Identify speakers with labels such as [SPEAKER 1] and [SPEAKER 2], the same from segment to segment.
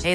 [SPEAKER 1] Hey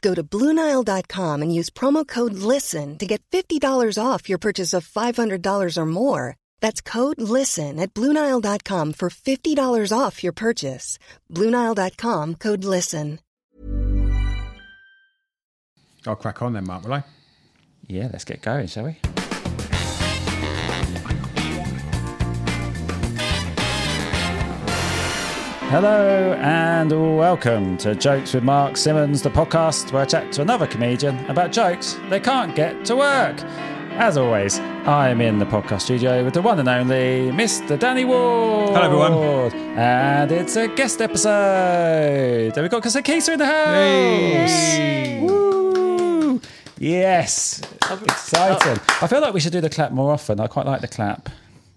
[SPEAKER 2] Go to Bluenile.com and use promo code LISTEN to get $50 off your purchase of $500 or more. That's code LISTEN at Bluenile.com for $50 off your purchase. Bluenile.com code LISTEN.
[SPEAKER 3] I'll crack on then, Mark, will I?
[SPEAKER 4] Yeah, let's get going, shall we? Hello and welcome to Jokes with Mark Simmons, the podcast where I chat to another comedian about jokes they can't get to work. As always, I'm in the podcast studio with the one and only Mr. Danny Ward.
[SPEAKER 3] Hello, everyone.
[SPEAKER 4] And it's a guest episode. There we got Kasa Kisa in the house. Woo. Yes. Exciting. I feel like we should do the clap more often. I quite like the clap.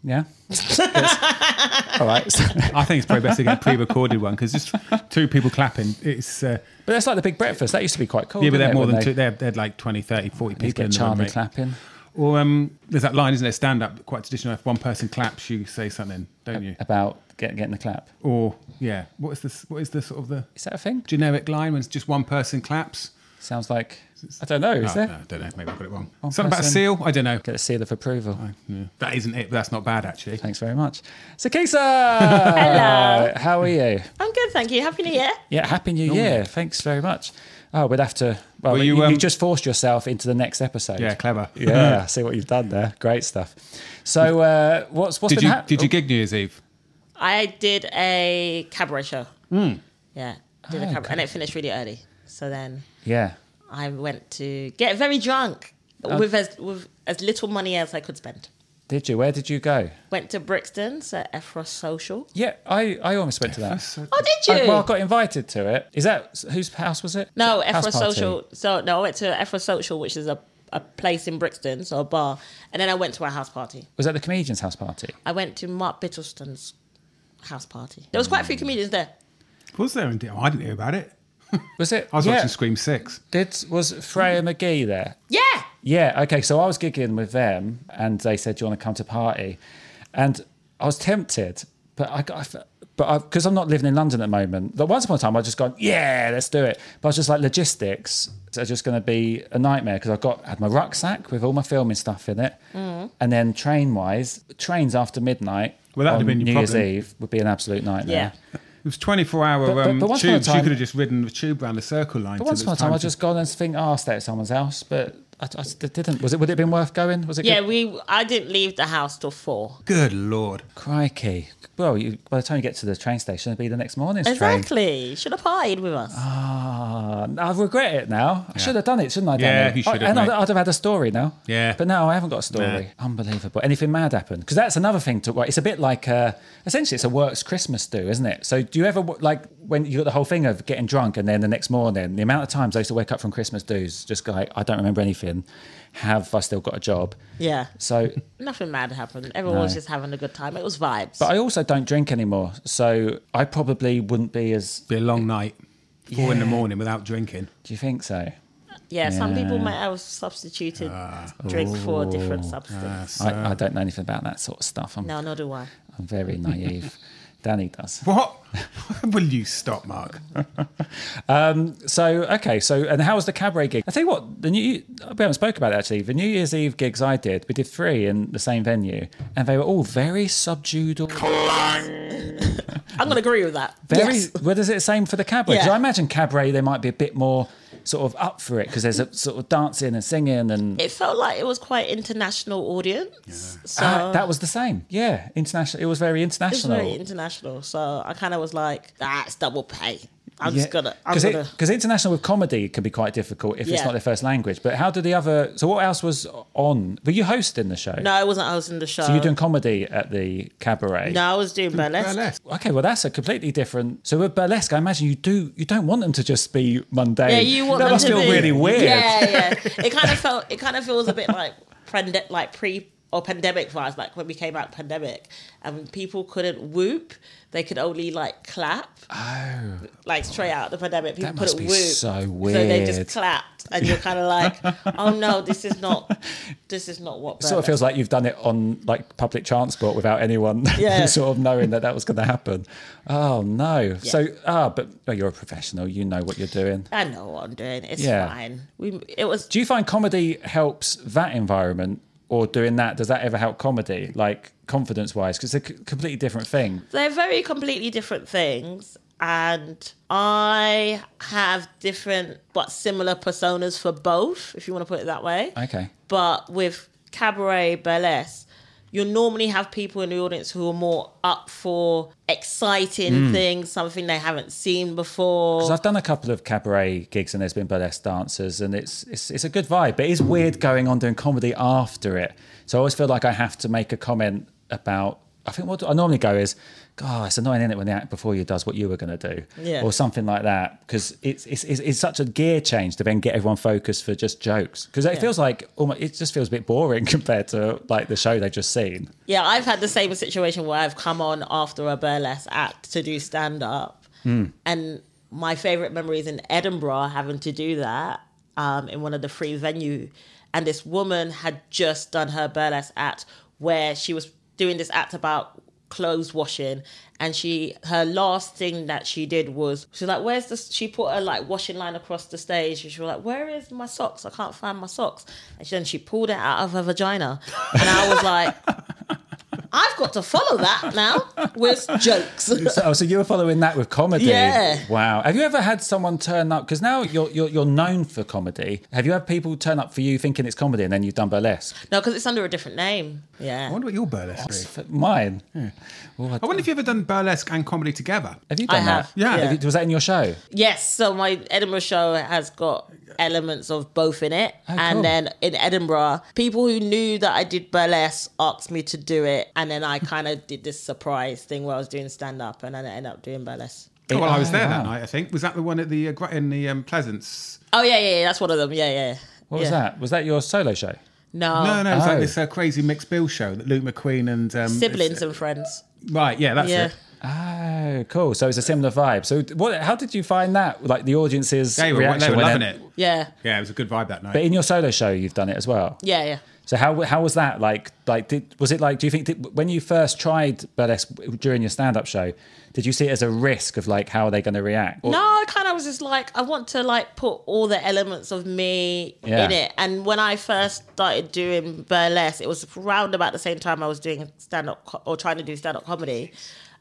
[SPEAKER 4] Yeah. All right.
[SPEAKER 3] I think it's probably best to get a pre-recorded one because just two people clapping. It's uh,
[SPEAKER 4] But that's like the big breakfast. That used to be quite cool.
[SPEAKER 3] yeah, but
[SPEAKER 4] didn't
[SPEAKER 3] they're
[SPEAKER 4] it,
[SPEAKER 3] more
[SPEAKER 4] when
[SPEAKER 3] than
[SPEAKER 4] they-
[SPEAKER 3] two. They're, they're like 20, 30, 40
[SPEAKER 4] You
[SPEAKER 3] people
[SPEAKER 4] get
[SPEAKER 3] in the room.
[SPEAKER 4] Charlie
[SPEAKER 3] mate.
[SPEAKER 4] clapping.
[SPEAKER 3] Or um, there's that line, isn't there? Stand up, quite traditional. If one person claps, you say something, don't you?
[SPEAKER 4] about get, getting the clap.
[SPEAKER 3] Or yeah, what is this? What is the sort of the
[SPEAKER 4] Is that a thing?
[SPEAKER 3] generic line when it's just one person claps?
[SPEAKER 4] Sounds like I don't know. Is
[SPEAKER 3] Oh,
[SPEAKER 4] there?
[SPEAKER 3] no, I don't know. Maybe I got it wrong. Something about a
[SPEAKER 4] person.
[SPEAKER 3] seal? I don't know.
[SPEAKER 4] Get a seal of approval.
[SPEAKER 3] Yeah. That isn't it. But that's not bad actually.
[SPEAKER 4] Thanks very much, Sakisa. Hello. How are you?
[SPEAKER 5] I'm good, thank you. Happy New Year.
[SPEAKER 4] Yeah, happy New Year. Thanks very much. Oh, we'd have to. Well,
[SPEAKER 3] Well,
[SPEAKER 4] you,
[SPEAKER 3] you,
[SPEAKER 4] you
[SPEAKER 3] um,
[SPEAKER 4] just forced yourself into the next episode.
[SPEAKER 3] Yeah, clever.
[SPEAKER 4] Yeah, I see what you've done there. Great stuff. So, uh, what's what's
[SPEAKER 3] Did
[SPEAKER 4] been
[SPEAKER 3] you
[SPEAKER 4] hap-
[SPEAKER 3] did you gig New Year's Eve?
[SPEAKER 5] I did a cabaret show.
[SPEAKER 4] Hmm.
[SPEAKER 5] Yeah, did a cabaret, and it finished really early. So then
[SPEAKER 4] Oh, Yeah.
[SPEAKER 5] I went to get very drunk
[SPEAKER 4] Oh.
[SPEAKER 5] with as with as little money as I could spend.
[SPEAKER 4] Did you? Where did you go?
[SPEAKER 5] Went to Brixton's at Ephros Social.
[SPEAKER 4] Yeah, I, I almost went to that.
[SPEAKER 5] Oh, did you?
[SPEAKER 4] I, well, I got invited to it. Is that whose house was it?
[SPEAKER 5] no,
[SPEAKER 4] House
[SPEAKER 5] Ephros
[SPEAKER 4] party.
[SPEAKER 5] Social. So no, I went to Ephros Social, which is a a place in Brixton, so a bar, and then I went to a house party.
[SPEAKER 4] Was that the comedian's house party?
[SPEAKER 5] I went to Mark Bittleston's house party. There was quite a
[SPEAKER 4] Mm.
[SPEAKER 5] few comedians there.
[SPEAKER 3] Was there indeed? Oh, I didn't hear about it.
[SPEAKER 4] Was it?
[SPEAKER 3] I was
[SPEAKER 4] yeah.
[SPEAKER 3] watching Scream Six.
[SPEAKER 4] Did was Freya McGee there?
[SPEAKER 5] Yeah,
[SPEAKER 4] Yeah. Okay. So I was gigging with them, and they said, "Do you want to come to party?" And I was tempted, but I got. I fe- but because I'm not living in London at the moment, but once upon a time I just gone, yeah, let's do it. But I was just like, logistics are just going to be a nightmare because I got had my rucksack with all my filming stuff in it,
[SPEAKER 5] Mm.
[SPEAKER 4] and then train wise, trains after midnight
[SPEAKER 3] Well, that'd
[SPEAKER 4] on
[SPEAKER 3] have been your
[SPEAKER 4] New Year's
[SPEAKER 3] problem.
[SPEAKER 4] Eve would be an absolute nightmare.
[SPEAKER 5] yeah.
[SPEAKER 3] It was 24 hour
[SPEAKER 4] But- but-
[SPEAKER 3] um,
[SPEAKER 4] but once upon a
[SPEAKER 3] tubes. you
[SPEAKER 4] time-
[SPEAKER 3] could have just ridden the tube around the circle line.
[SPEAKER 4] But
[SPEAKER 3] till
[SPEAKER 4] once
[SPEAKER 3] it
[SPEAKER 4] upon a
[SPEAKER 3] was
[SPEAKER 4] time, I
[SPEAKER 3] to-
[SPEAKER 4] just gone and think, oh, I'll stay at someone's house, but I, I just didn't. Was it? Would it have been worth going? Was it?
[SPEAKER 5] Yeah,
[SPEAKER 4] Good?
[SPEAKER 5] we. I didn't leave the house till four.
[SPEAKER 3] Good lord.
[SPEAKER 4] Crikey. Well, you, by the time you get to the train station, it'll be the next morning's train.
[SPEAKER 5] Exactly. You Should have partied with us.
[SPEAKER 4] Ah, I regret it now. I should have done it, shouldn't I?
[SPEAKER 3] Yeah,
[SPEAKER 4] Danny?
[SPEAKER 3] you should
[SPEAKER 4] I-
[SPEAKER 3] have,
[SPEAKER 4] And I'd,
[SPEAKER 3] mate.
[SPEAKER 4] I'd have had a story now.
[SPEAKER 3] Yeah.
[SPEAKER 4] But no, I haven't got a story. Unbelievable. Anything mad happened? Because that's another thing to. It's a bit like uh essentially it's a works Christmas do, isn't it? So do you ever like when you got the whole thing of getting drunk and then the next morning the amount of times I used to wake up from Christmas do's just go like I don't remember anything. Have I still got a job?
[SPEAKER 5] yeah.
[SPEAKER 4] So
[SPEAKER 5] Nothing mad happened. Everyone was just having a good time. It was vibes.
[SPEAKER 4] I also don't drink anymore, so I probably wouldn't be as.
[SPEAKER 3] Be a long night. Four in the morning without drinking.
[SPEAKER 4] Do you think so?
[SPEAKER 5] yeah, some people
[SPEAKER 4] Yeah. Ah.
[SPEAKER 5] might have substituted drink for a different substance.
[SPEAKER 4] I, I don't know anything about that sort of stuff. I'm,
[SPEAKER 5] no, nor do I.
[SPEAKER 4] I'm very naive. Danny does.
[SPEAKER 3] What? Will you stop, Mark?
[SPEAKER 4] So okay, so and how was the cabaret gig? I tell you what, the new we haven't spoke about it actually. The New Year's Eve gigs I did, we did three in the same venue, and they were all very subdued. Or
[SPEAKER 5] I'm gonna agree with that.
[SPEAKER 4] very.
[SPEAKER 5] Yes.
[SPEAKER 4] What is it? Same for the cabaret? 'Cause
[SPEAKER 5] Yeah.
[SPEAKER 4] I imagine cabaret they might be a bit more sort of up for it because there's a sort of dancing and singing and
[SPEAKER 5] It felt like it was quite international audience. So
[SPEAKER 4] Ah, that was the same. Yeah, international. It was very
[SPEAKER 5] it's
[SPEAKER 4] international.
[SPEAKER 5] very international. So I kind of was like, that's double pay. I'm just gonna. I'm
[SPEAKER 4] because
[SPEAKER 5] gonna.
[SPEAKER 4] international with comedy can be quite difficult if it's
[SPEAKER 5] Yeah.
[SPEAKER 4] not their first language. But how did the other? So what else was on? Were you hosting the show?
[SPEAKER 5] no, I wasn't hosting the show.
[SPEAKER 4] So you're doing comedy at the cabaret.
[SPEAKER 5] No, I was doing burlesque.
[SPEAKER 3] Burlesque.
[SPEAKER 4] Okay, well that's a completely different. So with burlesque, I imagine you do you don't want them to just be mundane.
[SPEAKER 5] Yeah, you want
[SPEAKER 4] that
[SPEAKER 5] them
[SPEAKER 4] must
[SPEAKER 5] to
[SPEAKER 4] feel
[SPEAKER 5] be-
[SPEAKER 4] really weird.
[SPEAKER 5] Yeah, yeah. It kind of felt. It kind of feels a bit like prende- like pre or pandemic vibes, like when we came out pandemic, and people couldn't whoop. They could only like clap. Oh, like straight out the pandemic, people
[SPEAKER 4] That must
[SPEAKER 5] couldn't
[SPEAKER 4] be
[SPEAKER 5] whoop.
[SPEAKER 4] so
[SPEAKER 5] So they
[SPEAKER 4] weird.
[SPEAKER 5] just clapped, and you're kind of like, oh no, this is not. This is not what.
[SPEAKER 4] It sort of feels like you've done it on like public transport without anyone
[SPEAKER 5] Yeah.
[SPEAKER 4] sort of knowing that that was going to happen. Oh no! So ah, but well, you're a professional. You know what you're doing.
[SPEAKER 5] I know what I'm doing. It's
[SPEAKER 4] Yeah.
[SPEAKER 5] fine. We. It was.
[SPEAKER 4] Do you find comedy helps that environment, or doing that does that ever help comedy, like confidence wise? Because it's a c- completely different thing.
[SPEAKER 5] They're very completely different things. And I have different but similar personas for both, if you want to put it that way.
[SPEAKER 4] Okay.
[SPEAKER 5] But with cabaret burlesque, you'll normally have people in the audience who are more up for exciting things, something they haven't seen before.
[SPEAKER 4] Because I've done a couple of cabaret gigs and there's been burlesque dancers and it's, it's it's a good vibe, but it's weird going on doing comedy after it. So I always feel like I have to make a comment about. I think what I normally go is, God, it's annoying, is it, when the act before you does what you were going to do,
[SPEAKER 5] Yeah.
[SPEAKER 4] or something like that, because it's, it's it's it's such a gear change to then get everyone focused for just jokes, because it feels like almost it just feels a bit boring compared to like the show they've just seen.
[SPEAKER 5] Yeah, I've had the same situation where I've come on after a burlesque act to do stand up. And my favorite memory is in Edinburgh having to do that um, in one of the free venue. And this woman had just done her burlesque act where she was doing this act about clothes washing and she her last thing that she did was she was like where's this she put her like washing line across the stage and she was like where is my socks i can't find my socks and then she pulled it out of her vagina and i was like I've got to follow that now with jokes.
[SPEAKER 4] So, oh, so you were following that with comedy?
[SPEAKER 5] Yeah.
[SPEAKER 4] Wow. Have you ever had someone turn up? Because now you're, you're you're known for comedy. Have you had people turn up for you thinking it's comedy and then you've done burlesque?
[SPEAKER 5] No, because it's under a different name.
[SPEAKER 3] I
[SPEAKER 5] Yeah.
[SPEAKER 3] wonder what your burlesque
[SPEAKER 4] It's
[SPEAKER 3] is.
[SPEAKER 4] for mine.
[SPEAKER 3] I wonder if you've ever done burlesque and comedy together.
[SPEAKER 4] Have you
[SPEAKER 5] I
[SPEAKER 4] done
[SPEAKER 5] have.
[SPEAKER 4] that?
[SPEAKER 3] Yeah.
[SPEAKER 4] Have you- was that in your show?
[SPEAKER 5] Yes. So my Edinburgh show has got elements of both in it.
[SPEAKER 3] Oh,
[SPEAKER 5] and
[SPEAKER 4] cool.
[SPEAKER 5] then in Edinburgh, people who knew that I did burlesque asked me to do it. And then I kind of did this surprise thing where I was doing stand up and then I ended up doing burlesque.
[SPEAKER 3] Oh, well, I was
[SPEAKER 4] Oh,
[SPEAKER 3] there
[SPEAKER 4] wow.
[SPEAKER 3] that night. I think was that the one at the uh, Gra- in the um, Pleasance.
[SPEAKER 5] Oh, yeah, yeah, yeah. That's one of them. Yeah, yeah.
[SPEAKER 4] What was that? Was that your solo show?
[SPEAKER 5] No.
[SPEAKER 3] No, no, it's
[SPEAKER 4] Oh.
[SPEAKER 3] like this uh, crazy mixed bill show that Luke McQueen and um,
[SPEAKER 5] Siblings
[SPEAKER 3] it's-
[SPEAKER 5] and friends.
[SPEAKER 3] right, yeah, that's
[SPEAKER 5] Yeah.
[SPEAKER 3] it.
[SPEAKER 4] Oh, cool. So it's a similar vibe. So what? How did you find that? Like the audience's
[SPEAKER 3] They were,
[SPEAKER 4] reaction
[SPEAKER 3] they were
[SPEAKER 4] when
[SPEAKER 3] loving
[SPEAKER 4] they-
[SPEAKER 3] it.
[SPEAKER 5] Yeah.
[SPEAKER 3] Yeah, it was a good vibe that night.
[SPEAKER 4] But in your solo show, you've done it as well.
[SPEAKER 5] Yeah, yeah.
[SPEAKER 4] So how how was that like? Like, did, was it like? Do you think did, when you first tried burlesque during your stand up show, did you see it as a risk of like how are they going to react? Or-
[SPEAKER 5] No, I kind of was just like, I want to like put all the elements of me
[SPEAKER 4] Yeah.
[SPEAKER 5] in it. And when I first started doing burlesque, it was round about the same time I was doing stand up co- or trying to do stand up comedy.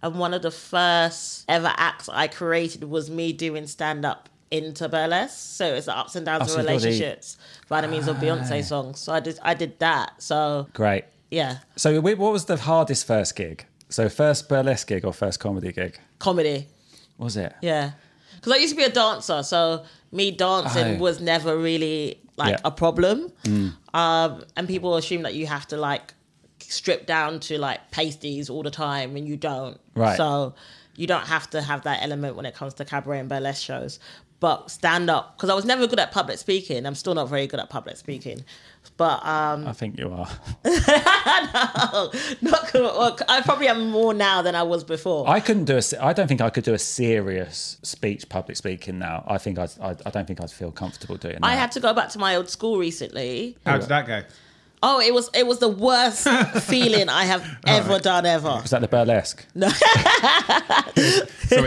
[SPEAKER 5] And one of the first ever acts I created was me doing stand up into burlesque. So it's the ups and downs
[SPEAKER 4] so
[SPEAKER 5] of
[SPEAKER 4] you've got the-
[SPEAKER 5] relationships by the Ah. means of Beyonce songs. So I did, I did that. So
[SPEAKER 4] Great.
[SPEAKER 5] yeah,
[SPEAKER 4] So wh- what was the hardest first gig? So first burlesque gig or first comedy gig?
[SPEAKER 5] comedy.
[SPEAKER 4] Was it?
[SPEAKER 5] Yeah. Because I used to be a dancer, so me dancing
[SPEAKER 4] Oh.
[SPEAKER 5] was never really like
[SPEAKER 4] Yeah. Mm.
[SPEAKER 5] a problem. Um, and people assume that you have to like strip down to like pasties all the time, and you don't.
[SPEAKER 4] Right.
[SPEAKER 5] So you don't have to have that element when it comes to cabaret and burlesque shows. But stand up, because I was never good at public speaking. I'm still not very good at public speaking. But um,
[SPEAKER 4] I think you are.
[SPEAKER 5] not good. Well, I probably am more now than I was before.
[SPEAKER 4] I couldn't do a. se- I don't think I could do a serious speech, public speaking. Now I think I'd, I. I don't think I'd feel comfortable doing that.
[SPEAKER 5] I had to go back to my old school recently.
[SPEAKER 3] How did that go?
[SPEAKER 5] Oh, it was it was the worst feeling I have ever done ever.
[SPEAKER 4] Was that the burlesque?
[SPEAKER 3] Sorry,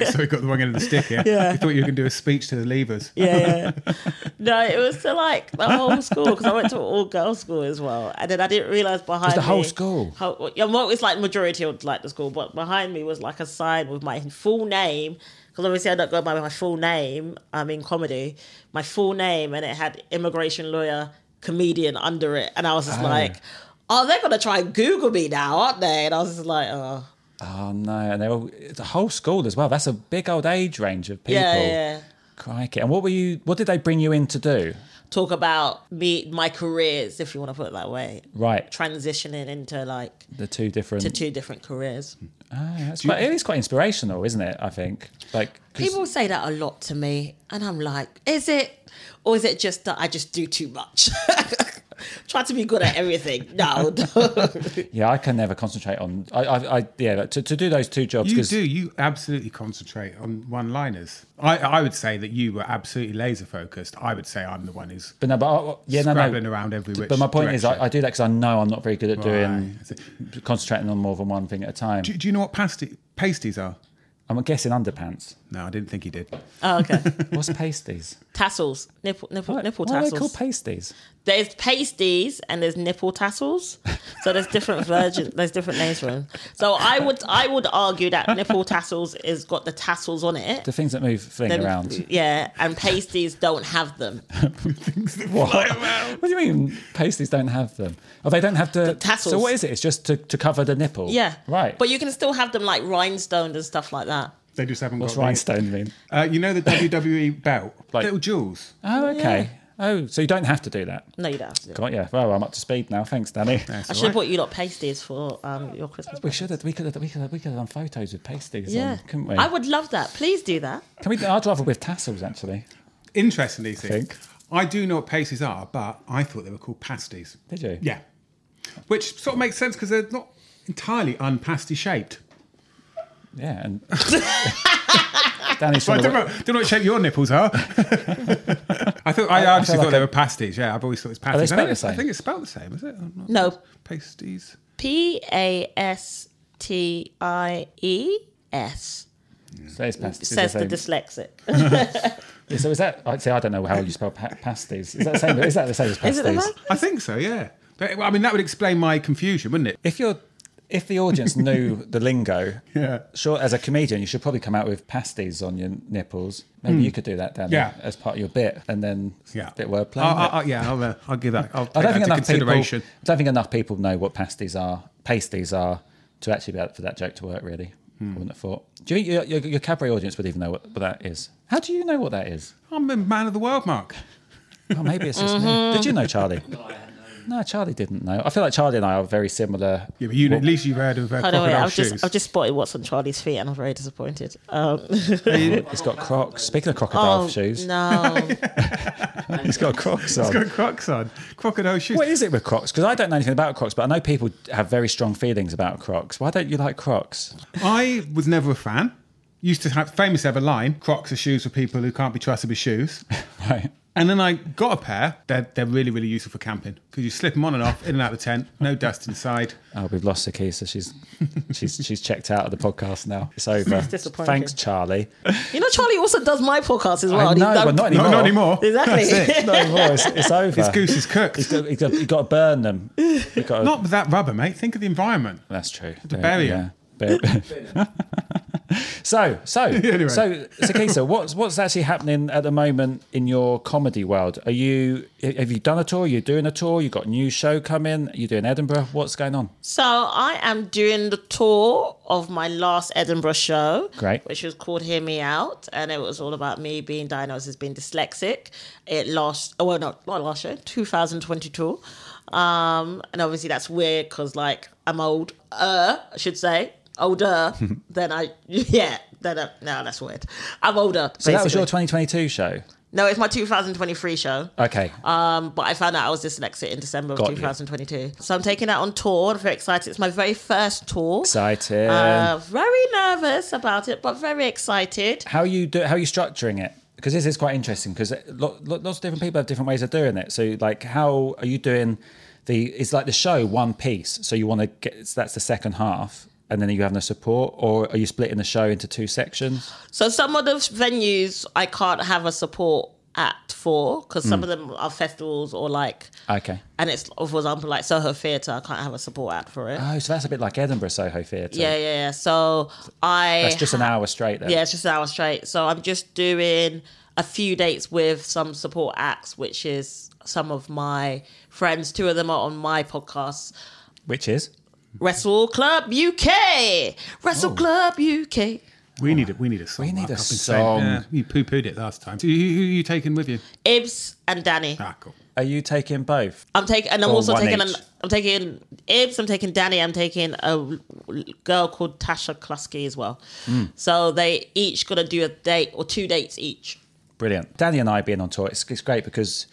[SPEAKER 3] so we got the wrong end of the stick here. Yeah. We thought you were going to do a speech to the leavers.
[SPEAKER 5] yeah, yeah. No, it was to like the whole school because I went to an all girls school as well, and then I didn't realize behind
[SPEAKER 4] the whole
[SPEAKER 5] me-
[SPEAKER 4] school?
[SPEAKER 5] How, yeah, well, it's like majority of like the school, but behind me was like a sign with my full name because obviously I don't go by my full name. I'm in comedy, my full name, and it had immigration lawyer comedian under it, and I was just
[SPEAKER 4] Ah.
[SPEAKER 5] like, oh, they're gonna try and Google me now, aren't they? And I was just like, oh,
[SPEAKER 4] Oh no, and they were the whole school as well. That's a big old age range of people.
[SPEAKER 5] yeah, yeah.
[SPEAKER 4] Crikey! And what were you? What did they bring you in to do?
[SPEAKER 5] Talk about me, my careers, if you want to put it that way.
[SPEAKER 4] Right,
[SPEAKER 5] Transitioning into like
[SPEAKER 4] the two different.
[SPEAKER 5] to two different careers.
[SPEAKER 4] Ah, that's- but it is quite inspirational, isn't it? I think like 'cause-
[SPEAKER 5] People say that a lot to me, and I'm like, is it, or is it just that I just do too much? Try to be good at everything. No,
[SPEAKER 4] yeah, I can never concentrate on. I, I, I yeah, like, to, to do those two jobs.
[SPEAKER 3] You
[SPEAKER 4] 'cause-
[SPEAKER 3] do. You absolutely concentrate on one-liners. I, I would say that you were absolutely laser focused. I would say I'm the one who's
[SPEAKER 4] But no, but I, yeah, no, no.
[SPEAKER 3] scrabbling around every which.
[SPEAKER 4] But my point is,
[SPEAKER 3] direction.
[SPEAKER 4] I, I do that because I know I'm not very good at doing
[SPEAKER 3] Right.
[SPEAKER 4] concentrating on more than one thing at a time.
[SPEAKER 3] Do, do you know what pasty, pasties are?
[SPEAKER 4] I'm guessing underpants.
[SPEAKER 3] No, I didn't think he did.
[SPEAKER 5] oh, okay.
[SPEAKER 4] What's pasties?
[SPEAKER 5] Tassels, nipple, nipple, nipple
[SPEAKER 4] Why are they called
[SPEAKER 5] tassels.
[SPEAKER 4] pasties?
[SPEAKER 5] there's pasties and there's nipple tassels. So there's different versions. There's different names for them. So I would, I would argue that nipple tassels is got the tassels on it.
[SPEAKER 4] The things that move fling
[SPEAKER 5] Then-
[SPEAKER 4] around.
[SPEAKER 5] Yeah, and pasties don't have them.
[SPEAKER 4] What? what do you mean pasties don't have them? Oh, they don't have the,
[SPEAKER 5] tassels.
[SPEAKER 4] So what is it? It's just to, to cover the nipple.
[SPEAKER 5] Yeah,
[SPEAKER 4] Right.
[SPEAKER 5] But you can still have them like rhinestones and stuff like that.
[SPEAKER 3] They just haven't
[SPEAKER 4] What's
[SPEAKER 3] got the-
[SPEAKER 4] rhinestone mean?
[SPEAKER 3] Uh, you know the WWE belt,
[SPEAKER 4] Like-
[SPEAKER 3] little jewels.
[SPEAKER 4] Oh, okay. Oh, so you don't have to do that.
[SPEAKER 5] No, you don't have to do it.
[SPEAKER 4] Got ya. Well, I'm up to speed now. Thanks, Danny.
[SPEAKER 5] I should have bought you lot pasties for um, your Christmas.
[SPEAKER 4] We should have. We could have. We could have. We could have done photos with pasties.
[SPEAKER 5] yeah,
[SPEAKER 4] on, couldn't we?
[SPEAKER 5] I would love that. Please do that.
[SPEAKER 4] Can we? I'd rather with tassels actually.
[SPEAKER 3] Interestingly, see,
[SPEAKER 4] think.
[SPEAKER 3] I do know what pasties are, but I thought they were called pasties.
[SPEAKER 4] Did you?
[SPEAKER 3] Yeah, which sort of makes sense because they're not entirely unpasty shaped.
[SPEAKER 4] Yeah. And Danny's
[SPEAKER 3] Well, I
[SPEAKER 4] from the
[SPEAKER 3] don't know, don't know what shape your nipples are. I thought I,
[SPEAKER 4] I
[SPEAKER 3] honestly
[SPEAKER 4] feel
[SPEAKER 3] thought
[SPEAKER 4] like
[SPEAKER 3] they
[SPEAKER 4] I-
[SPEAKER 3] were pasties. Yeah, I've always thought it's pasties.
[SPEAKER 4] they
[SPEAKER 3] I
[SPEAKER 4] spelled
[SPEAKER 3] think-
[SPEAKER 4] the same?
[SPEAKER 3] I think it's spelled the same, is it? I'm not-
[SPEAKER 5] No,
[SPEAKER 3] pasties.
[SPEAKER 5] P A S T I E S
[SPEAKER 4] says pasties.
[SPEAKER 5] says
[SPEAKER 4] the
[SPEAKER 5] the
[SPEAKER 4] same.
[SPEAKER 5] dyslexic.
[SPEAKER 4] Yeah, so is that? I'd say I don't know how you spell pa- pasties. Is that the same? Is that the same as pasties?
[SPEAKER 5] Is it the same?
[SPEAKER 3] I think so. Yeah, but well, I mean that would explain my confusion, wouldn't it?
[SPEAKER 4] If you're, if the audience knew the lingo,
[SPEAKER 3] Yeah.
[SPEAKER 4] sure. As a comedian, you should probably come out with pasties on your nipples. Maybe you could do that, Danny,
[SPEAKER 3] Hmm. Yeah.
[SPEAKER 4] as part of your bit, and then
[SPEAKER 3] Yeah,
[SPEAKER 4] bit
[SPEAKER 3] I'll,
[SPEAKER 4] wordplay. isn't it?
[SPEAKER 3] I'll- I'll- yeah, I'll, uh, I'll give that. I'll take
[SPEAKER 4] I
[SPEAKER 3] that
[SPEAKER 4] don't think
[SPEAKER 3] into
[SPEAKER 4] enough people.
[SPEAKER 3] consideration.
[SPEAKER 4] I don't think enough people know what pasties are, pasties are, to actually be able for that joke to work. Really, I
[SPEAKER 3] Hmm.
[SPEAKER 4] wouldn't have thought. Do you think your, your, your cabaret audience would even know what, what that is? How do you know what that is?
[SPEAKER 3] I'm a man of the world, Mark.
[SPEAKER 4] Oh, maybe it's just me. Did you know Charlie? No, Charlie didn't know. I feel like Charlie and I are very similar.
[SPEAKER 3] Yeah, but you, at least you've heard of uh,
[SPEAKER 5] Hold on, wait,
[SPEAKER 3] crocodile
[SPEAKER 5] I've
[SPEAKER 3] shoes.
[SPEAKER 5] just I've just spotted what's on Charlie's feet, and I'm very disappointed. Um,
[SPEAKER 4] It's got Crocs. Speaking of crocodile
[SPEAKER 5] oh,
[SPEAKER 4] shoes,
[SPEAKER 5] no,
[SPEAKER 4] it's got Crocs on.
[SPEAKER 3] got Crocs on. Crocodile shoes.
[SPEAKER 4] What is it with Crocs? Because I don't know anything about Crocs, but I know people have very strong feelings about Crocs. Why don't you like Crocs?
[SPEAKER 3] I was never a fan. Used to have famous ever line: Crocs are shoes for people who can't be trusted with shoes.
[SPEAKER 4] Right.
[SPEAKER 3] And then I got a pair. They're, they're really, really useful for camping because you slip them on and off, in and out of the tent, no dust inside.
[SPEAKER 4] Oh, we've lost Sakisa. she's she's she's checked out of the podcast now. It's over.
[SPEAKER 5] disappointing.
[SPEAKER 4] Thanks, Charlie.
[SPEAKER 5] you know Charlie also does my podcast as well.
[SPEAKER 4] I
[SPEAKER 5] He-
[SPEAKER 4] know, but not
[SPEAKER 3] Not,
[SPEAKER 4] anymore.
[SPEAKER 3] not anymore.
[SPEAKER 5] exactly.
[SPEAKER 4] No more. It's, it's over.
[SPEAKER 3] This goose is
[SPEAKER 4] He's
[SPEAKER 3] cooked.
[SPEAKER 4] got, he's got, you've got to burn them. You've got to,
[SPEAKER 3] Not with that rubber, mate. Think of the environment.
[SPEAKER 4] That's true.
[SPEAKER 3] to bury
[SPEAKER 4] Yeah. Bur- so, so,
[SPEAKER 3] Anyway.
[SPEAKER 4] so, Sakisa, what's what's actually happening at the moment in your comedy world? Are you have you done a tour? You're doing a tour. You got a new show coming. You doing Edinburgh? What's going on?
[SPEAKER 5] So I am doing the tour of my last Edinburgh show.
[SPEAKER 4] Great.
[SPEAKER 5] Which was called Hear Me Out. And it was all about me being diagnosed as being dyslexic. It last, oh, well, not, not last year, 2022. Um, and obviously that's weird because like I'm old, uh, I should say. Older than I, yeah. Then I, no, that's weird. I'm older.
[SPEAKER 4] So that was your
[SPEAKER 5] basically.
[SPEAKER 4] 2022 show.
[SPEAKER 5] no, it's my 2023 show.
[SPEAKER 4] Okay.
[SPEAKER 5] Um, but I found out I was dyslexic in December of
[SPEAKER 4] Got you.
[SPEAKER 5] 2022. So I'm taking that on tour. I'm very excited. It's my very first tour.
[SPEAKER 4] Exciting.
[SPEAKER 5] Uh, very nervous about it, but very excited.
[SPEAKER 4] how you do? How are you structuring it? Because this is quite interesting. Because lo, lo- lots of different people have different ways of doing it. So, like, how are you doing? the it's like the show one piece. So you want to get so that's the second half, and then you have no support, or are you splitting the show into two sections?
[SPEAKER 5] So some of the venues I can't have a support act for because
[SPEAKER 4] Hmm.
[SPEAKER 5] some of them are festivals or like,
[SPEAKER 4] Okay.
[SPEAKER 5] and it's for example like Soho Theatre. I can't have a support act for it.
[SPEAKER 4] Oh, so that's a bit like Edinburgh Soho Theatre.
[SPEAKER 5] yeah, yeah, yeah. So I
[SPEAKER 4] That's just an
[SPEAKER 5] ha-
[SPEAKER 4] hour straight there.
[SPEAKER 5] Yeah, it's just an hour straight. So I'm just doing a few dates with some support acts, which is some of my friends. Two of them are on my podcast.
[SPEAKER 4] Which is
[SPEAKER 5] Wrestle Club UK, Wrestle
[SPEAKER 4] Oh.
[SPEAKER 5] Club UK.
[SPEAKER 3] We need it. We need a song.
[SPEAKER 4] We need
[SPEAKER 3] Mark,
[SPEAKER 4] a
[SPEAKER 3] I've been
[SPEAKER 4] song.
[SPEAKER 3] saying- Yeah, you poo pooed it last time. So who, who are you taking with you?
[SPEAKER 5] Ibs and Danny.
[SPEAKER 3] Ah, cool.
[SPEAKER 4] are you taking both?
[SPEAKER 5] I'm taking, and I'm
[SPEAKER 4] Or
[SPEAKER 5] also
[SPEAKER 4] one
[SPEAKER 5] taking. An,
[SPEAKER 4] each.
[SPEAKER 5] I'm taking Ibs. I'm taking Danny. I'm taking a girl called Tasha Klusky as well.
[SPEAKER 4] Hmm.
[SPEAKER 5] So they each gonna do a date or two dates each.
[SPEAKER 4] Brilliant. Danny and I being on tour, it's, it's great because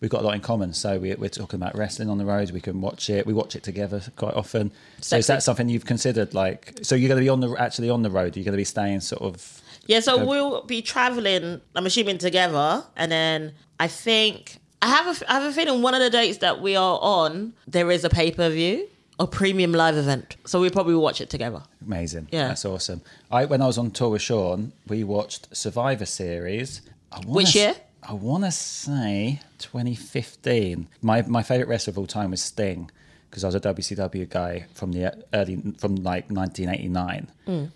[SPEAKER 4] we've got a lot in common. So we, we're talking about wrestling on the road. We can watch it. We watch it together quite often. So is
[SPEAKER 5] Sexy.
[SPEAKER 4] that something you've considered? Like, so you're going to be on the actually on the road. You're going to be staying sort of.
[SPEAKER 5] Yeah, so we'll be traveling. I'm assuming together, and then I think I have a f- I have a feeling one of the dates that we are on there is a pay per view or premium live event, so we probably watch it together.
[SPEAKER 4] Amazing.
[SPEAKER 5] Yeah.
[SPEAKER 4] That's awesome. I when I was on tour with Sean, we watched Survivor Series. I wanna
[SPEAKER 5] Which
[SPEAKER 4] s-
[SPEAKER 5] year?
[SPEAKER 4] I want to say 2015. My my favorite wrestler of all time was Sting because I was a WCW guy from the uh, early from like 1989.
[SPEAKER 5] Mm.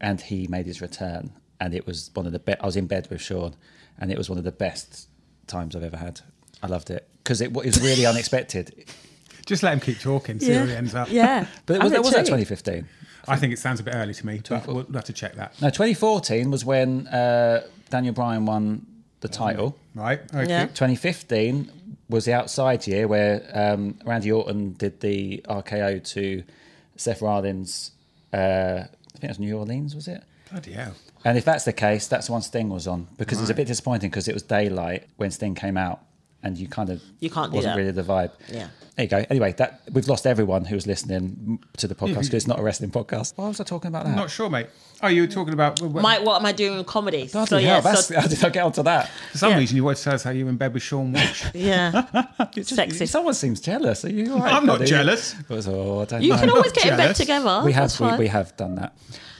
[SPEAKER 4] And he made his return and it was one of the best I was in bed with Sean and it was one of the best times I've ever had. I loved it because it, wa- it was really unexpected.
[SPEAKER 3] Just let him keep talking. See where he ends up.
[SPEAKER 5] Yeah,
[SPEAKER 4] But it was, it was that 2015.
[SPEAKER 3] I think it sounds a bit early to me, but we'll have to check that.
[SPEAKER 4] No, 2014 was when uh, Daniel Bryan won the title.
[SPEAKER 3] Right? Okay.
[SPEAKER 5] Yeah.
[SPEAKER 4] 2015 was the outside year where um, Randy Orton did the RKO to Seth Rollins. Uh, I think it was New Orleans, was it?
[SPEAKER 3] Bloody hell.
[SPEAKER 4] And if that's the case, that's the one Sting was on because it's a bit disappointing because it was daylight when Sting came out, and you kind of
[SPEAKER 5] You can't do
[SPEAKER 4] wasn't
[SPEAKER 5] that.
[SPEAKER 4] really the vibe.
[SPEAKER 5] Yeah.
[SPEAKER 4] There you go. Anyway, that we've lost everyone who was listening to the podcast because it's not a wrestling podcast. Why was I talking about that?
[SPEAKER 3] Not sure, mate. Oh, you were talking about. well, well,
[SPEAKER 5] Mike, what am I doing with comedy?
[SPEAKER 4] Bloody
[SPEAKER 5] so yeah,
[SPEAKER 4] hell, that's,
[SPEAKER 5] so,
[SPEAKER 4] how did I get onto that?
[SPEAKER 3] for some
[SPEAKER 5] yeah.
[SPEAKER 3] reason, you wanted to tell us how you were in bed with Sean Walsh.
[SPEAKER 5] yeah.
[SPEAKER 4] It's
[SPEAKER 5] Sexy.
[SPEAKER 4] Someone seems jealous. Are you? all right,
[SPEAKER 3] I'm not
[SPEAKER 4] buddy?
[SPEAKER 3] jealous.
[SPEAKER 4] Oh, I don't
[SPEAKER 5] You
[SPEAKER 4] know.
[SPEAKER 5] can always get in bed
[SPEAKER 3] jealous.
[SPEAKER 5] together.
[SPEAKER 4] we
[SPEAKER 5] that's
[SPEAKER 4] have we,
[SPEAKER 5] fine.
[SPEAKER 4] we have done that.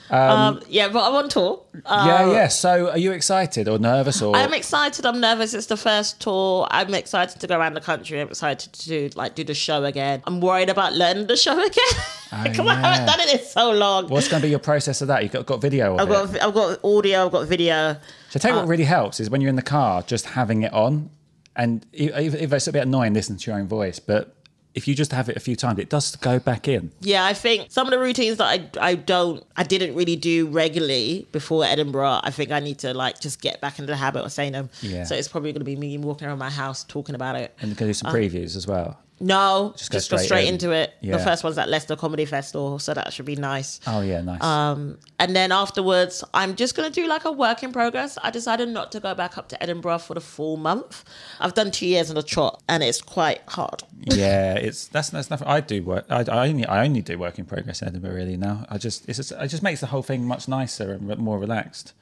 [SPEAKER 5] um, yeah, but I'm on tour. Uh,
[SPEAKER 4] yeah, yeah. So, are you excited or nervous or?
[SPEAKER 5] I'm excited. I'm nervous. It's the first tour. I'm excited to go around the country. I'm excited to do, like do the show again. I'm worried about learning the show again. Come on, I
[SPEAKER 4] Oh, yeah.
[SPEAKER 5] haven't done it in so long.
[SPEAKER 4] What's going to be your process of that? You've got, got video of
[SPEAKER 5] I've
[SPEAKER 4] it.
[SPEAKER 5] got uh, I've got audio. I've got video.
[SPEAKER 4] so, tell you what really helps is when you're in the car, just having it on, and e- even if it's a bit annoying, listen to your own voice. But if you just have it a few times, it does go back in.
[SPEAKER 5] Yeah, I think some of the routines that I I don't I didn't really do regularly before Edinburgh. I think I need to like just get back into the habit of saying them.
[SPEAKER 4] Yeah.
[SPEAKER 5] So it's probably going to be me walking around my house talking about it.
[SPEAKER 4] And you can do
[SPEAKER 5] Uh,
[SPEAKER 4] some previews as well.
[SPEAKER 5] No, just
[SPEAKER 4] go
[SPEAKER 5] go straight,
[SPEAKER 4] straight in.
[SPEAKER 5] into it.
[SPEAKER 4] Yeah.
[SPEAKER 5] The first one's at Leicester Comedy Festival, so that should be nice. Um,
[SPEAKER 4] Oh yeah, nice.
[SPEAKER 5] uh, And then afterwards, I'm just going to do like a work in progress. I decided not to go back up to Edinburgh for the full month. I've done two years on a trot and it's quite hard.
[SPEAKER 4] yeah, it's that's that's nothing. I do work. I, I only I only do work in progress in Edinburgh really now. I just it's just, it just makes the whole thing much nicer and re- more relaxed.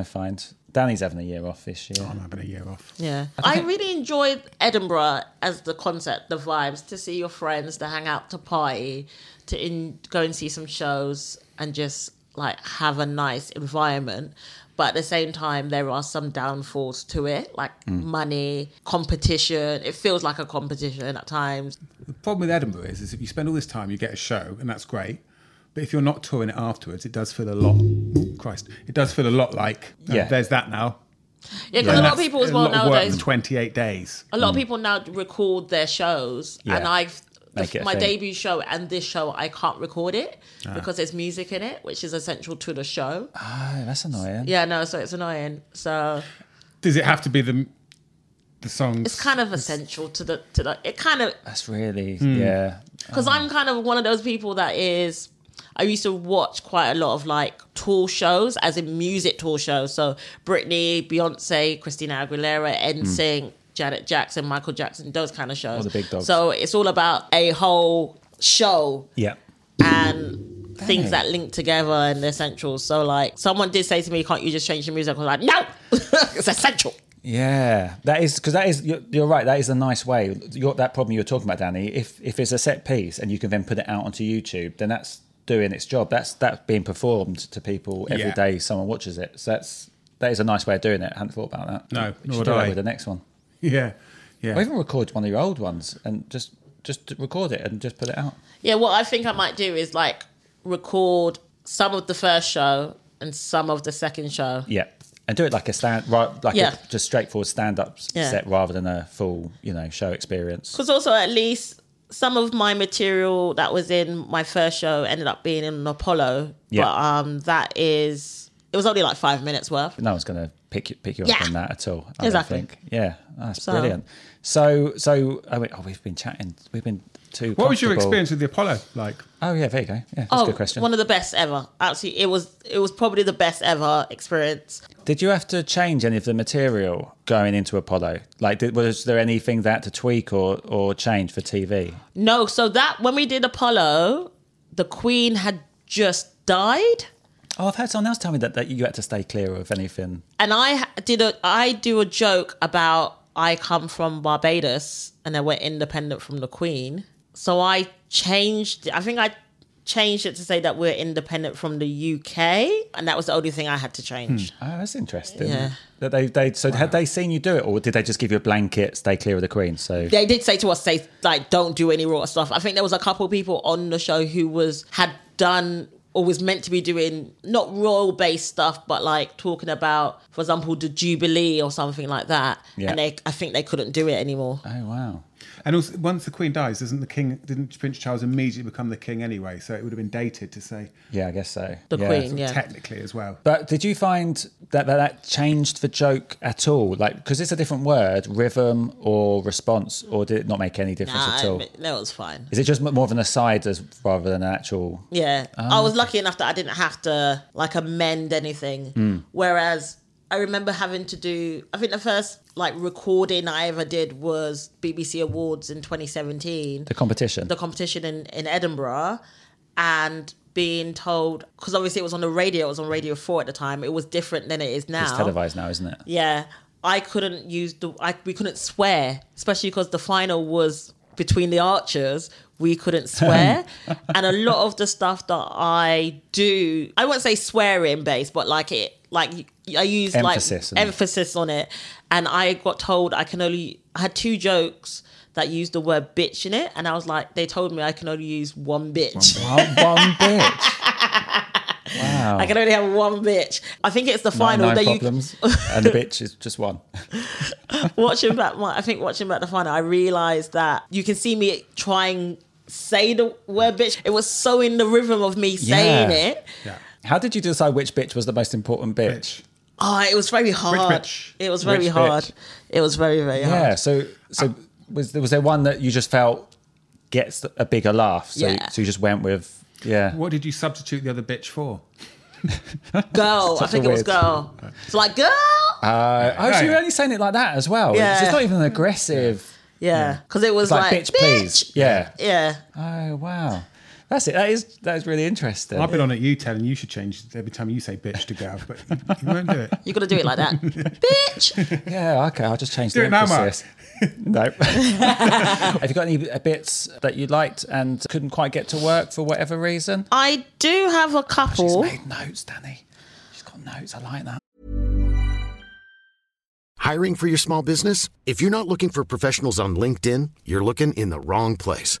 [SPEAKER 4] I find Danny's having a year off this year.
[SPEAKER 3] I'm having a year off.
[SPEAKER 5] Yeah. I, really enjoyed Edinburgh as the concept, the vibes, to see your friends, to hang out, to party, to in, go and see some shows and just like have a nice environment. But at the same time, there are some downfalls to it, like money, competition. It feels like a competition at times.
[SPEAKER 3] The problem with Edinburgh is, is if you spend all this time, you get a show, and that's great. But if you're not touring it afterwards, it does feel a lot. oh, Christ, it does feel a lot like oh,
[SPEAKER 4] Yeah.
[SPEAKER 3] there's that now.
[SPEAKER 5] Yeah,
[SPEAKER 3] And
[SPEAKER 5] 'cause a lot of
[SPEAKER 3] that's
[SPEAKER 5] people as
[SPEAKER 3] a
[SPEAKER 5] well
[SPEAKER 3] lot of work
[SPEAKER 5] nowadays
[SPEAKER 3] for 28 days.
[SPEAKER 5] a lot of people now record their shows
[SPEAKER 4] Yeah.
[SPEAKER 5] and i've
[SPEAKER 4] Make it a
[SPEAKER 5] my
[SPEAKER 4] thing.
[SPEAKER 5] debut show and this show i can't record it because there's music in it which is essential to the show
[SPEAKER 4] Oh, that's annoying.
[SPEAKER 5] yeah no so it's annoying so
[SPEAKER 3] Does it have to be the the songs?
[SPEAKER 5] it's kind of essential to the to the it kind of
[SPEAKER 4] That's really yeah.
[SPEAKER 5] because i'm kind of one of those people that is I used to watch quite a lot of like tour shows, as in music tour shows. So Britney, Beyonce, Christina Aguilera, NSYNC, Janet Jackson, Michael Jackson, those kind of shows.
[SPEAKER 4] the big dogs.
[SPEAKER 5] So it's all about a whole show
[SPEAKER 4] Yeah.
[SPEAKER 5] and things that link together and the essentials. So like someone did say to me, "Can't you just change the music?" I was like, "No, it's essential."
[SPEAKER 4] Yeah, that is because that is you're, you're right. That is a nice way. You're, that problem you're talking about, Danny. If if it's a set piece and you can then put it out onto YouTube, then that's doing its job. That's that's being performed to people every day.
[SPEAKER 3] Yeah.
[SPEAKER 4] Someone watches it. So that's that is a nice way of doing it. I hadn't thought about that.
[SPEAKER 3] No,
[SPEAKER 4] you
[SPEAKER 3] nor
[SPEAKER 4] should
[SPEAKER 3] would
[SPEAKER 4] do that
[SPEAKER 3] I.
[SPEAKER 4] with the next one.
[SPEAKER 3] Yeah, yeah.
[SPEAKER 4] Or even record one of your old ones and just just record it and just put it out.
[SPEAKER 5] Yeah, what I think I might do is like record some of the first show and some of the second show.
[SPEAKER 4] Yeah. And do it like a stand, right? Like
[SPEAKER 5] Yeah.
[SPEAKER 4] a just straightforward stand-up s-
[SPEAKER 5] Yeah.
[SPEAKER 4] set rather than a full, you know, show experience.
[SPEAKER 5] Because also, at least some of my material that was in my first show ended up being in Apollo.
[SPEAKER 4] Yeah.
[SPEAKER 5] But um, that is, it was only like five minutes worth.
[SPEAKER 4] no one's going to pick you, pick you up
[SPEAKER 5] Yeah.
[SPEAKER 4] on that at all. I
[SPEAKER 5] Exactly.
[SPEAKER 4] Don't think. Yeah, that's
[SPEAKER 5] So-
[SPEAKER 4] brilliant. So, so oh, wait, oh, we've been chatting. We've been too.
[SPEAKER 3] what was your
[SPEAKER 4] comfortable.
[SPEAKER 3] experience with the Apollo like?
[SPEAKER 4] Oh yeah, there you go. Yeah, that's a good question.
[SPEAKER 5] one of the best ever. Absolutely, it was it was probably the best ever experience.
[SPEAKER 4] Did you have to change any of the material going into Apollo? Like, did, was there anything that to tweak or or change for TV?
[SPEAKER 5] No, so that when we did Apollo, the Queen had just died.
[SPEAKER 4] Oh, I've heard someone else tell me that, that you had to stay clear of anything.
[SPEAKER 5] and I ha- did a I do a joke about I come from Barbados and that we're independent from the Queen. So I changed. I think I changed it to say that we're independent from the UK, and that was the only thing I had to change.
[SPEAKER 4] Oh, that's interesting.
[SPEAKER 5] Yeah.
[SPEAKER 4] That they they so had they seen you do it, or did they just give you a blanket, stay clear of the Queen? So
[SPEAKER 5] They did say to us, "Say like don't do any raw stuff." I think there was a couple people on the show who was had done. Or was meant to be doing not royal based stuff, but like talking about, for example, the Jubilee or something like that.
[SPEAKER 4] Yeah.
[SPEAKER 5] And they, I think they couldn't do it anymore.
[SPEAKER 4] oh wow.
[SPEAKER 3] And also, once the Queen dies, doesn't the King? Didn't Prince Charles immediately become the King anyway? So it would have been dated to say
[SPEAKER 4] Yeah, I guess so.
[SPEAKER 5] The
[SPEAKER 4] Yeah.
[SPEAKER 5] Queen, yeah.
[SPEAKER 3] technically as well.
[SPEAKER 4] But did you find that that, that changed for joke at all? Like, because it's a different word, rhythm or response, or did it not make any difference
[SPEAKER 5] Nah,
[SPEAKER 4] at
[SPEAKER 5] I
[SPEAKER 4] all?
[SPEAKER 5] admit- no, it was fine.
[SPEAKER 4] Is it just more of an aside as rather than an actual?
[SPEAKER 5] Yeah.
[SPEAKER 4] Ah,
[SPEAKER 5] I was lucky enough that I didn't have to like amend anything.
[SPEAKER 4] Hmm.
[SPEAKER 5] Whereas I remember having to do, I think the first like recording I ever did was BBC Awards in 2017,
[SPEAKER 4] The competition.
[SPEAKER 5] the competition in, in Edinburgh, and being told, because obviously it was on the radio, it was on Radio 4 at the time, it was different than it is now.
[SPEAKER 4] it's televised now, isn't it?
[SPEAKER 5] Yeah, I couldn't use the I we couldn't swear, especially because the final was between the archers. We couldn't swear, and a lot of the stuff that I do, I won't say swearing based, but like it, like I use
[SPEAKER 4] Emphasis on
[SPEAKER 5] like
[SPEAKER 4] it.
[SPEAKER 5] emphasis on it, and I got told I can only I had two jokes that used the word bitch in it, and I was like, they told me I can only use one bitch.
[SPEAKER 4] One, one bitch. Wow.
[SPEAKER 5] I can only have one bitch. I think it's the final
[SPEAKER 4] Nine
[SPEAKER 5] that you
[SPEAKER 4] problems, and the bitch is just one.
[SPEAKER 5] watching back my I think watching back the final, I realized that you can see me trying say the word bitch. It was so in the rhythm of me saying
[SPEAKER 4] Yeah.
[SPEAKER 5] it.
[SPEAKER 3] Yeah.
[SPEAKER 4] How did you decide which bitch was the most important bitch?
[SPEAKER 3] Bitch.
[SPEAKER 5] Oh, it was very hard.
[SPEAKER 3] bitch.
[SPEAKER 5] It was very
[SPEAKER 4] Rich
[SPEAKER 5] hard.
[SPEAKER 4] bitch.
[SPEAKER 5] It was very, very
[SPEAKER 4] Yeah.
[SPEAKER 5] hard.
[SPEAKER 4] So, so was there was there one that you just felt gets a bigger laugh? So,
[SPEAKER 5] Yeah.
[SPEAKER 4] so you just went with yeah.
[SPEAKER 3] What did you substitute the other bitch for?
[SPEAKER 5] Girl. I
[SPEAKER 4] Such a
[SPEAKER 5] think it was
[SPEAKER 4] weird-
[SPEAKER 5] girl. It's like girl.
[SPEAKER 4] Uh, oh, so
[SPEAKER 3] Right.
[SPEAKER 4] you're only saying it like that as well. It's- It's,
[SPEAKER 5] Yeah.
[SPEAKER 4] not even an aggressive.
[SPEAKER 5] yeah. Because it was
[SPEAKER 4] It's like,
[SPEAKER 5] like,
[SPEAKER 4] bitch, please. Yeah.
[SPEAKER 5] Yeah.
[SPEAKER 4] Oh wow, that's it. That is that is really interesting.
[SPEAKER 3] I've been on at you telling you should change every time you say bitch to Gav, but you won't do it.
[SPEAKER 5] You gotta do it like that. bitch.
[SPEAKER 4] Yeah, okay. I'll just change
[SPEAKER 3] Do
[SPEAKER 4] the
[SPEAKER 3] it now,
[SPEAKER 4] emphasis. no. Have you got any uh, bits that you liked and couldn't quite get to work for whatever reason?
[SPEAKER 5] I do have a
[SPEAKER 4] She's
[SPEAKER 5] couple.
[SPEAKER 4] made notes, Danny. She's got notes. I like that.
[SPEAKER 6] Hiring for your small business? If you're not looking for professionals on LinkedIn, you're looking in the wrong place.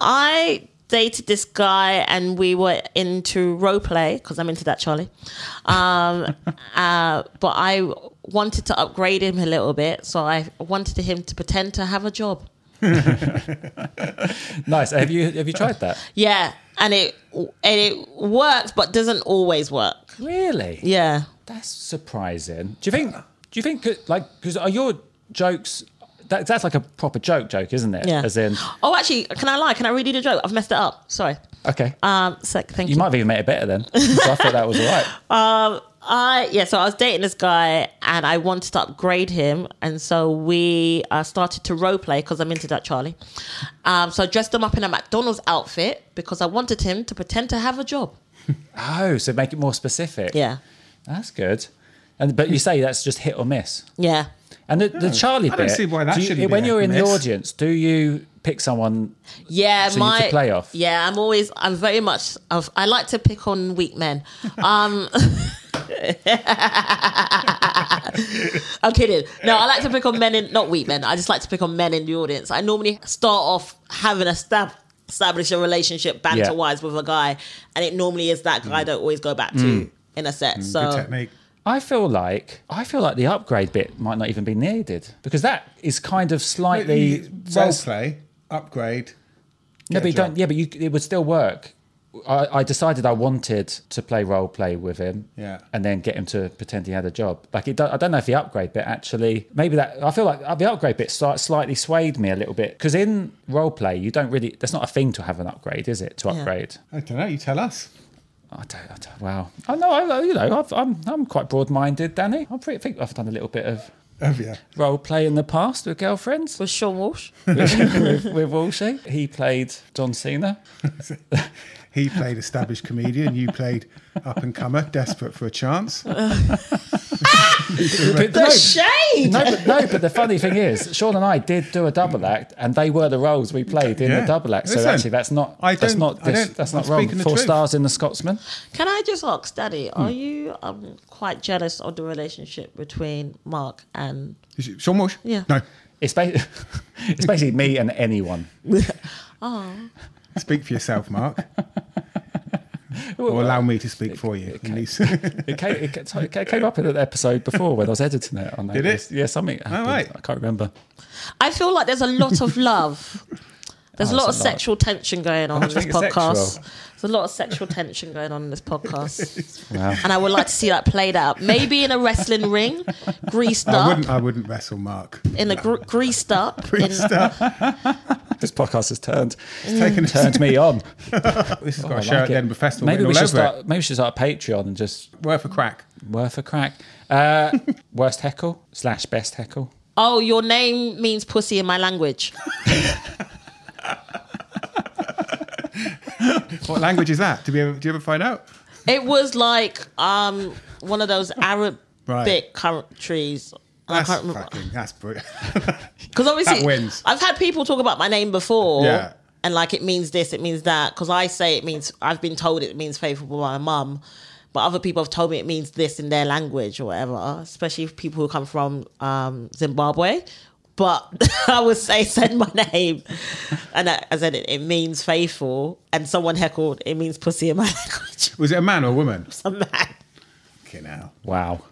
[SPEAKER 5] I dated this guy and we were into role play because I'm into that, Charlie. Um, uh, but I wanted to upgrade him a little bit, so I wanted him to pretend to have a job.
[SPEAKER 4] Nice. Have you have you tried that?
[SPEAKER 5] Yeah, and it and it works, but doesn't always work.
[SPEAKER 4] Really?
[SPEAKER 5] Yeah.
[SPEAKER 4] That's surprising. Do you think? Do you think like because are your jokes? That, that's like a proper joke, joke, isn't it?
[SPEAKER 5] Yeah.
[SPEAKER 4] As in,
[SPEAKER 5] Oh, actually, can I lie? Can I redo the joke? I've messed it up. Sorry.
[SPEAKER 4] okay.
[SPEAKER 5] Um, sec, thank
[SPEAKER 4] you
[SPEAKER 5] you.
[SPEAKER 4] might have even made it better then. 'cause I thought that was all right.
[SPEAKER 5] I yeah, so I was dating this guy and I wanted to upgrade him, and so we uh, started to role play because I'm into that, Charlie. Um, so I dressed him up in a McDonald's outfit because I wanted him to pretend to have a job.
[SPEAKER 4] Oh, so make it more specific.
[SPEAKER 5] Yeah,
[SPEAKER 4] That's good. And but you say that's just hit or miss.
[SPEAKER 5] yeah.
[SPEAKER 4] And the, the Charlie
[SPEAKER 3] Hmm. I don't
[SPEAKER 4] bit,
[SPEAKER 3] see why that
[SPEAKER 4] do you-
[SPEAKER 3] shouldn't be
[SPEAKER 4] When
[SPEAKER 3] a
[SPEAKER 4] you're in the
[SPEAKER 3] miss.
[SPEAKER 4] audience, do you pick someone?
[SPEAKER 5] Yeah,
[SPEAKER 4] So you
[SPEAKER 5] my
[SPEAKER 4] could play off.
[SPEAKER 5] Yeah, I'm always I'm very much of I like to pick on weak men. Um I'm kidding. No, I like to pick on men in not weak men. I just like to pick on men in the audience. I normally start off having a stab establish a relationship banter wise with a guy and it normally is that
[SPEAKER 4] Mm.
[SPEAKER 5] guy that I always go back to in a set. so
[SPEAKER 3] Mm, Good technique.
[SPEAKER 4] I feel like I feel like the upgrade bit might not even be needed because that is kind of slightly
[SPEAKER 3] Role play, upgrade.
[SPEAKER 4] No, but you
[SPEAKER 3] a job.
[SPEAKER 4] don't. Yeah, but you, it would still work. I, I decided I wanted to play role play with him,
[SPEAKER 3] Yeah.
[SPEAKER 4] and then get him to pretend he had a job. Like it, do, I don't know if the upgrade bit actually maybe that I feel like the upgrade bit sli- slightly swayed me a little bit because in role play you don't really that's not a thing to have an upgrade, is it? To upgrade,
[SPEAKER 3] I don't know. You tell us.
[SPEAKER 4] I, don't, I don't. Wow. I know. I, you know. I've, I'm I'm quite broad minded, Danny. I pretty think I've done a little bit of
[SPEAKER 3] Oh yeah.
[SPEAKER 4] role play in the past with girlfriends
[SPEAKER 5] with Sean Walsh.
[SPEAKER 4] with, with Walshy. He played John Cena.
[SPEAKER 3] He played established comedian. You played up and comer, desperate for a chance.
[SPEAKER 4] But
[SPEAKER 5] The
[SPEAKER 4] no,
[SPEAKER 5] shade.
[SPEAKER 4] No, but no, but the funny thing is, Sean and I did do a double act, and they were the roles we played in
[SPEAKER 3] Yeah.
[SPEAKER 4] the double act. So
[SPEAKER 3] Listen,
[SPEAKER 4] actually, that's not
[SPEAKER 3] I
[SPEAKER 4] that's
[SPEAKER 3] don't-
[SPEAKER 4] not
[SPEAKER 3] I
[SPEAKER 4] dis-
[SPEAKER 3] don't-
[SPEAKER 4] that's
[SPEAKER 3] I'm
[SPEAKER 4] not wrong.
[SPEAKER 3] speaking the
[SPEAKER 4] Four
[SPEAKER 3] truth.
[SPEAKER 4] stars in the Scotsman.
[SPEAKER 5] Can I just ask, Daddy,
[SPEAKER 4] Hmm.
[SPEAKER 5] are you um, quite jealous of the relationship between Mark and
[SPEAKER 3] Is it Sean Walsh?
[SPEAKER 5] Yeah.
[SPEAKER 3] No.
[SPEAKER 4] It's, ba- it's basically me and anyone.
[SPEAKER 3] Speak for yourself, Mark. or allow me to speak for you. at least.
[SPEAKER 4] It came, it, ca- sorry, it came up in an episode before when I was editing it. On
[SPEAKER 3] Did it?
[SPEAKER 4] Yeah, something. Happened.
[SPEAKER 3] right.
[SPEAKER 4] I can't remember.
[SPEAKER 5] I feel like there's a lot of love. There's
[SPEAKER 3] Oh,
[SPEAKER 5] a lot of
[SPEAKER 4] it's a lot.
[SPEAKER 5] sexual tension going on in this
[SPEAKER 3] think it's
[SPEAKER 5] podcast.
[SPEAKER 4] sexual.
[SPEAKER 5] There's a lot of sexual tension going on in this podcast.
[SPEAKER 4] Wow.
[SPEAKER 5] And I would like to see that played out. Maybe in a wrestling ring, greased
[SPEAKER 3] I
[SPEAKER 5] up,
[SPEAKER 3] wouldn't. I wouldn't wrestle Mark.
[SPEAKER 5] in a gr- greased up. in-
[SPEAKER 4] This podcast has turned
[SPEAKER 3] Taking
[SPEAKER 4] turned me on. Oh,
[SPEAKER 3] This has
[SPEAKER 4] I
[SPEAKER 3] got a
[SPEAKER 4] like
[SPEAKER 3] show at
[SPEAKER 4] it.
[SPEAKER 3] the Edinburgh Festival.
[SPEAKER 4] Maybe
[SPEAKER 3] written
[SPEAKER 4] we
[SPEAKER 3] all
[SPEAKER 4] should
[SPEAKER 3] over it.
[SPEAKER 4] start. Maybe we should start a Patreon and just
[SPEAKER 3] Worth a crack.
[SPEAKER 4] worth a crack. Uh, worst heckle slash best heckle.
[SPEAKER 5] oh, your name means pussy in my language.
[SPEAKER 3] What language is that? Do we? Ever, do you ever find out?
[SPEAKER 5] It was like um, one of those Arabic
[SPEAKER 3] Right.
[SPEAKER 5] countries. I
[SPEAKER 3] That's
[SPEAKER 5] can't remember.
[SPEAKER 3] fucking. That's brilliant.
[SPEAKER 5] Because obviously,
[SPEAKER 3] That wins.
[SPEAKER 5] I've had people talk about my name before,
[SPEAKER 3] Yeah.
[SPEAKER 5] and like it means this, it means that. Because I say it means I've been told it means faithful by my mum, but other people have told me it means this in their language or whatever. Especially people who come from um, Zimbabwe. But I would say send my name, and I, I said it, it means faithful. And someone heckled, it means pussy in my language.
[SPEAKER 3] Was it a man or a woman?
[SPEAKER 5] A man.
[SPEAKER 3] Fucking hell.
[SPEAKER 4] Wow.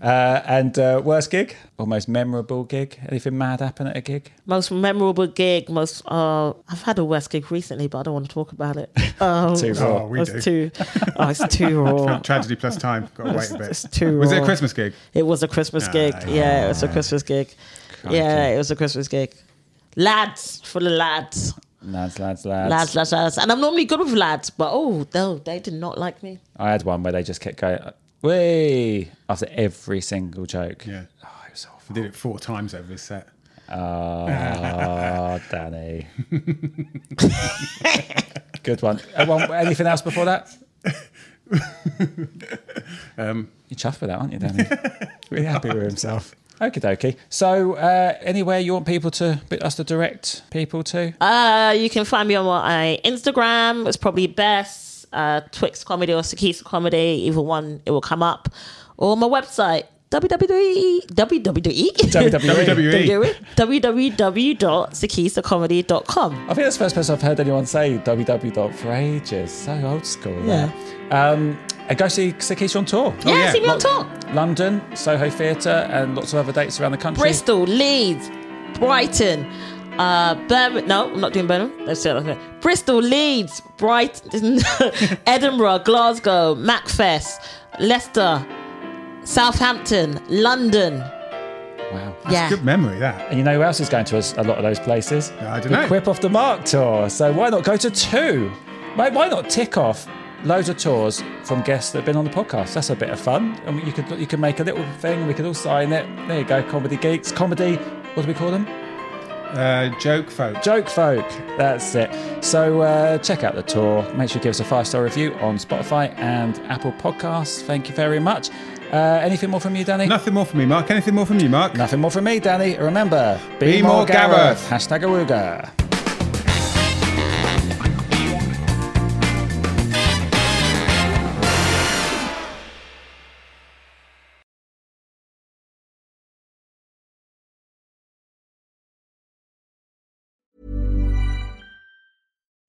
[SPEAKER 4] Uh, and uh, worst gig or most memorable gig? Anything mad happen at a gig?
[SPEAKER 5] Most memorable gig, most uh, I've had a worst gig recently, but I don't want to talk about it. Um,
[SPEAKER 4] Too
[SPEAKER 3] Oh,
[SPEAKER 4] raw.
[SPEAKER 3] we do.
[SPEAKER 5] It's too. Oh, it's too raw.
[SPEAKER 3] Tragedy plus time. Got to wait a bit.
[SPEAKER 5] It's too
[SPEAKER 3] Was it a
[SPEAKER 5] raw.
[SPEAKER 3] Christmas gig?
[SPEAKER 5] It was a Christmas gig.
[SPEAKER 3] Ah,
[SPEAKER 5] Yeah, it was a Christmas gig. Yeah, it was a Christmas gig. Lads for the lads.
[SPEAKER 4] Lads, lads, lads,
[SPEAKER 5] Lads, lads, lads. And I'm normally good with lads, but oh no, they did not like me.
[SPEAKER 4] I had one where they just kept going, way after every single joke.
[SPEAKER 3] Yeah.
[SPEAKER 4] Oh, it was
[SPEAKER 3] I
[SPEAKER 4] awful.
[SPEAKER 3] did it four times over this set.
[SPEAKER 4] Oh, Danny. Good one. Everyone, anything else before that? You're chuffed with that, aren't you, Danny? Um, really happy with himself. Okie dokie. So, uh, anywhere you want people to, us to direct people to?
[SPEAKER 5] Uh, you can find me on my Instagram. It's probably best uh, Twix Comedy or Sakisa Comedy. Either one, it will come up. Or my website E, www www E.
[SPEAKER 4] WWE.
[SPEAKER 3] E.
[SPEAKER 5] www.sakisacomedy.com.
[SPEAKER 4] I think that's the first person I've heard anyone say www for ages. So old school. Yeah. Um, and go see Sakisha on tour.
[SPEAKER 5] Yeah,
[SPEAKER 3] Oh, yeah,
[SPEAKER 5] see me on
[SPEAKER 3] look-
[SPEAKER 5] talk.
[SPEAKER 4] London, Soho Theatre, and lots of other dates around the country.
[SPEAKER 5] Bristol, Leeds, Brighton, uh, Birmingham. No, I'm not doing Birmingham. That's it. that's it. Bristol, Leeds, Brighton, Edinburgh, Glasgow, Macfest, Leicester, Southampton, London.
[SPEAKER 4] Wow.
[SPEAKER 5] yeah.
[SPEAKER 3] Good memory, that.
[SPEAKER 4] And you know who else is going to us a lot of those places?
[SPEAKER 3] I don't
[SPEAKER 4] the
[SPEAKER 3] know.
[SPEAKER 4] Quip off the Mark tour. So why not go to two? Why, why not tick off loads of tours from guests that have been on the podcast? That's a bit of fun. And you could you could make a little thing. We could all sign it. There you go, comedy geeks, comedy. What do we call them?
[SPEAKER 3] Uh, joke folk.
[SPEAKER 4] Joke folk. That's it. So uh, check out the tour. Make sure you give us a five star review on Spotify and Apple Podcasts. Thank you very much. Uh, anything more from you, Danny?
[SPEAKER 3] Nothing more from me, Mark. Anything more from you, Mark?
[SPEAKER 4] Nothing more from me, Danny. Remember, be,
[SPEAKER 3] Be more Gareth.
[SPEAKER 4] Hashtag Awooga.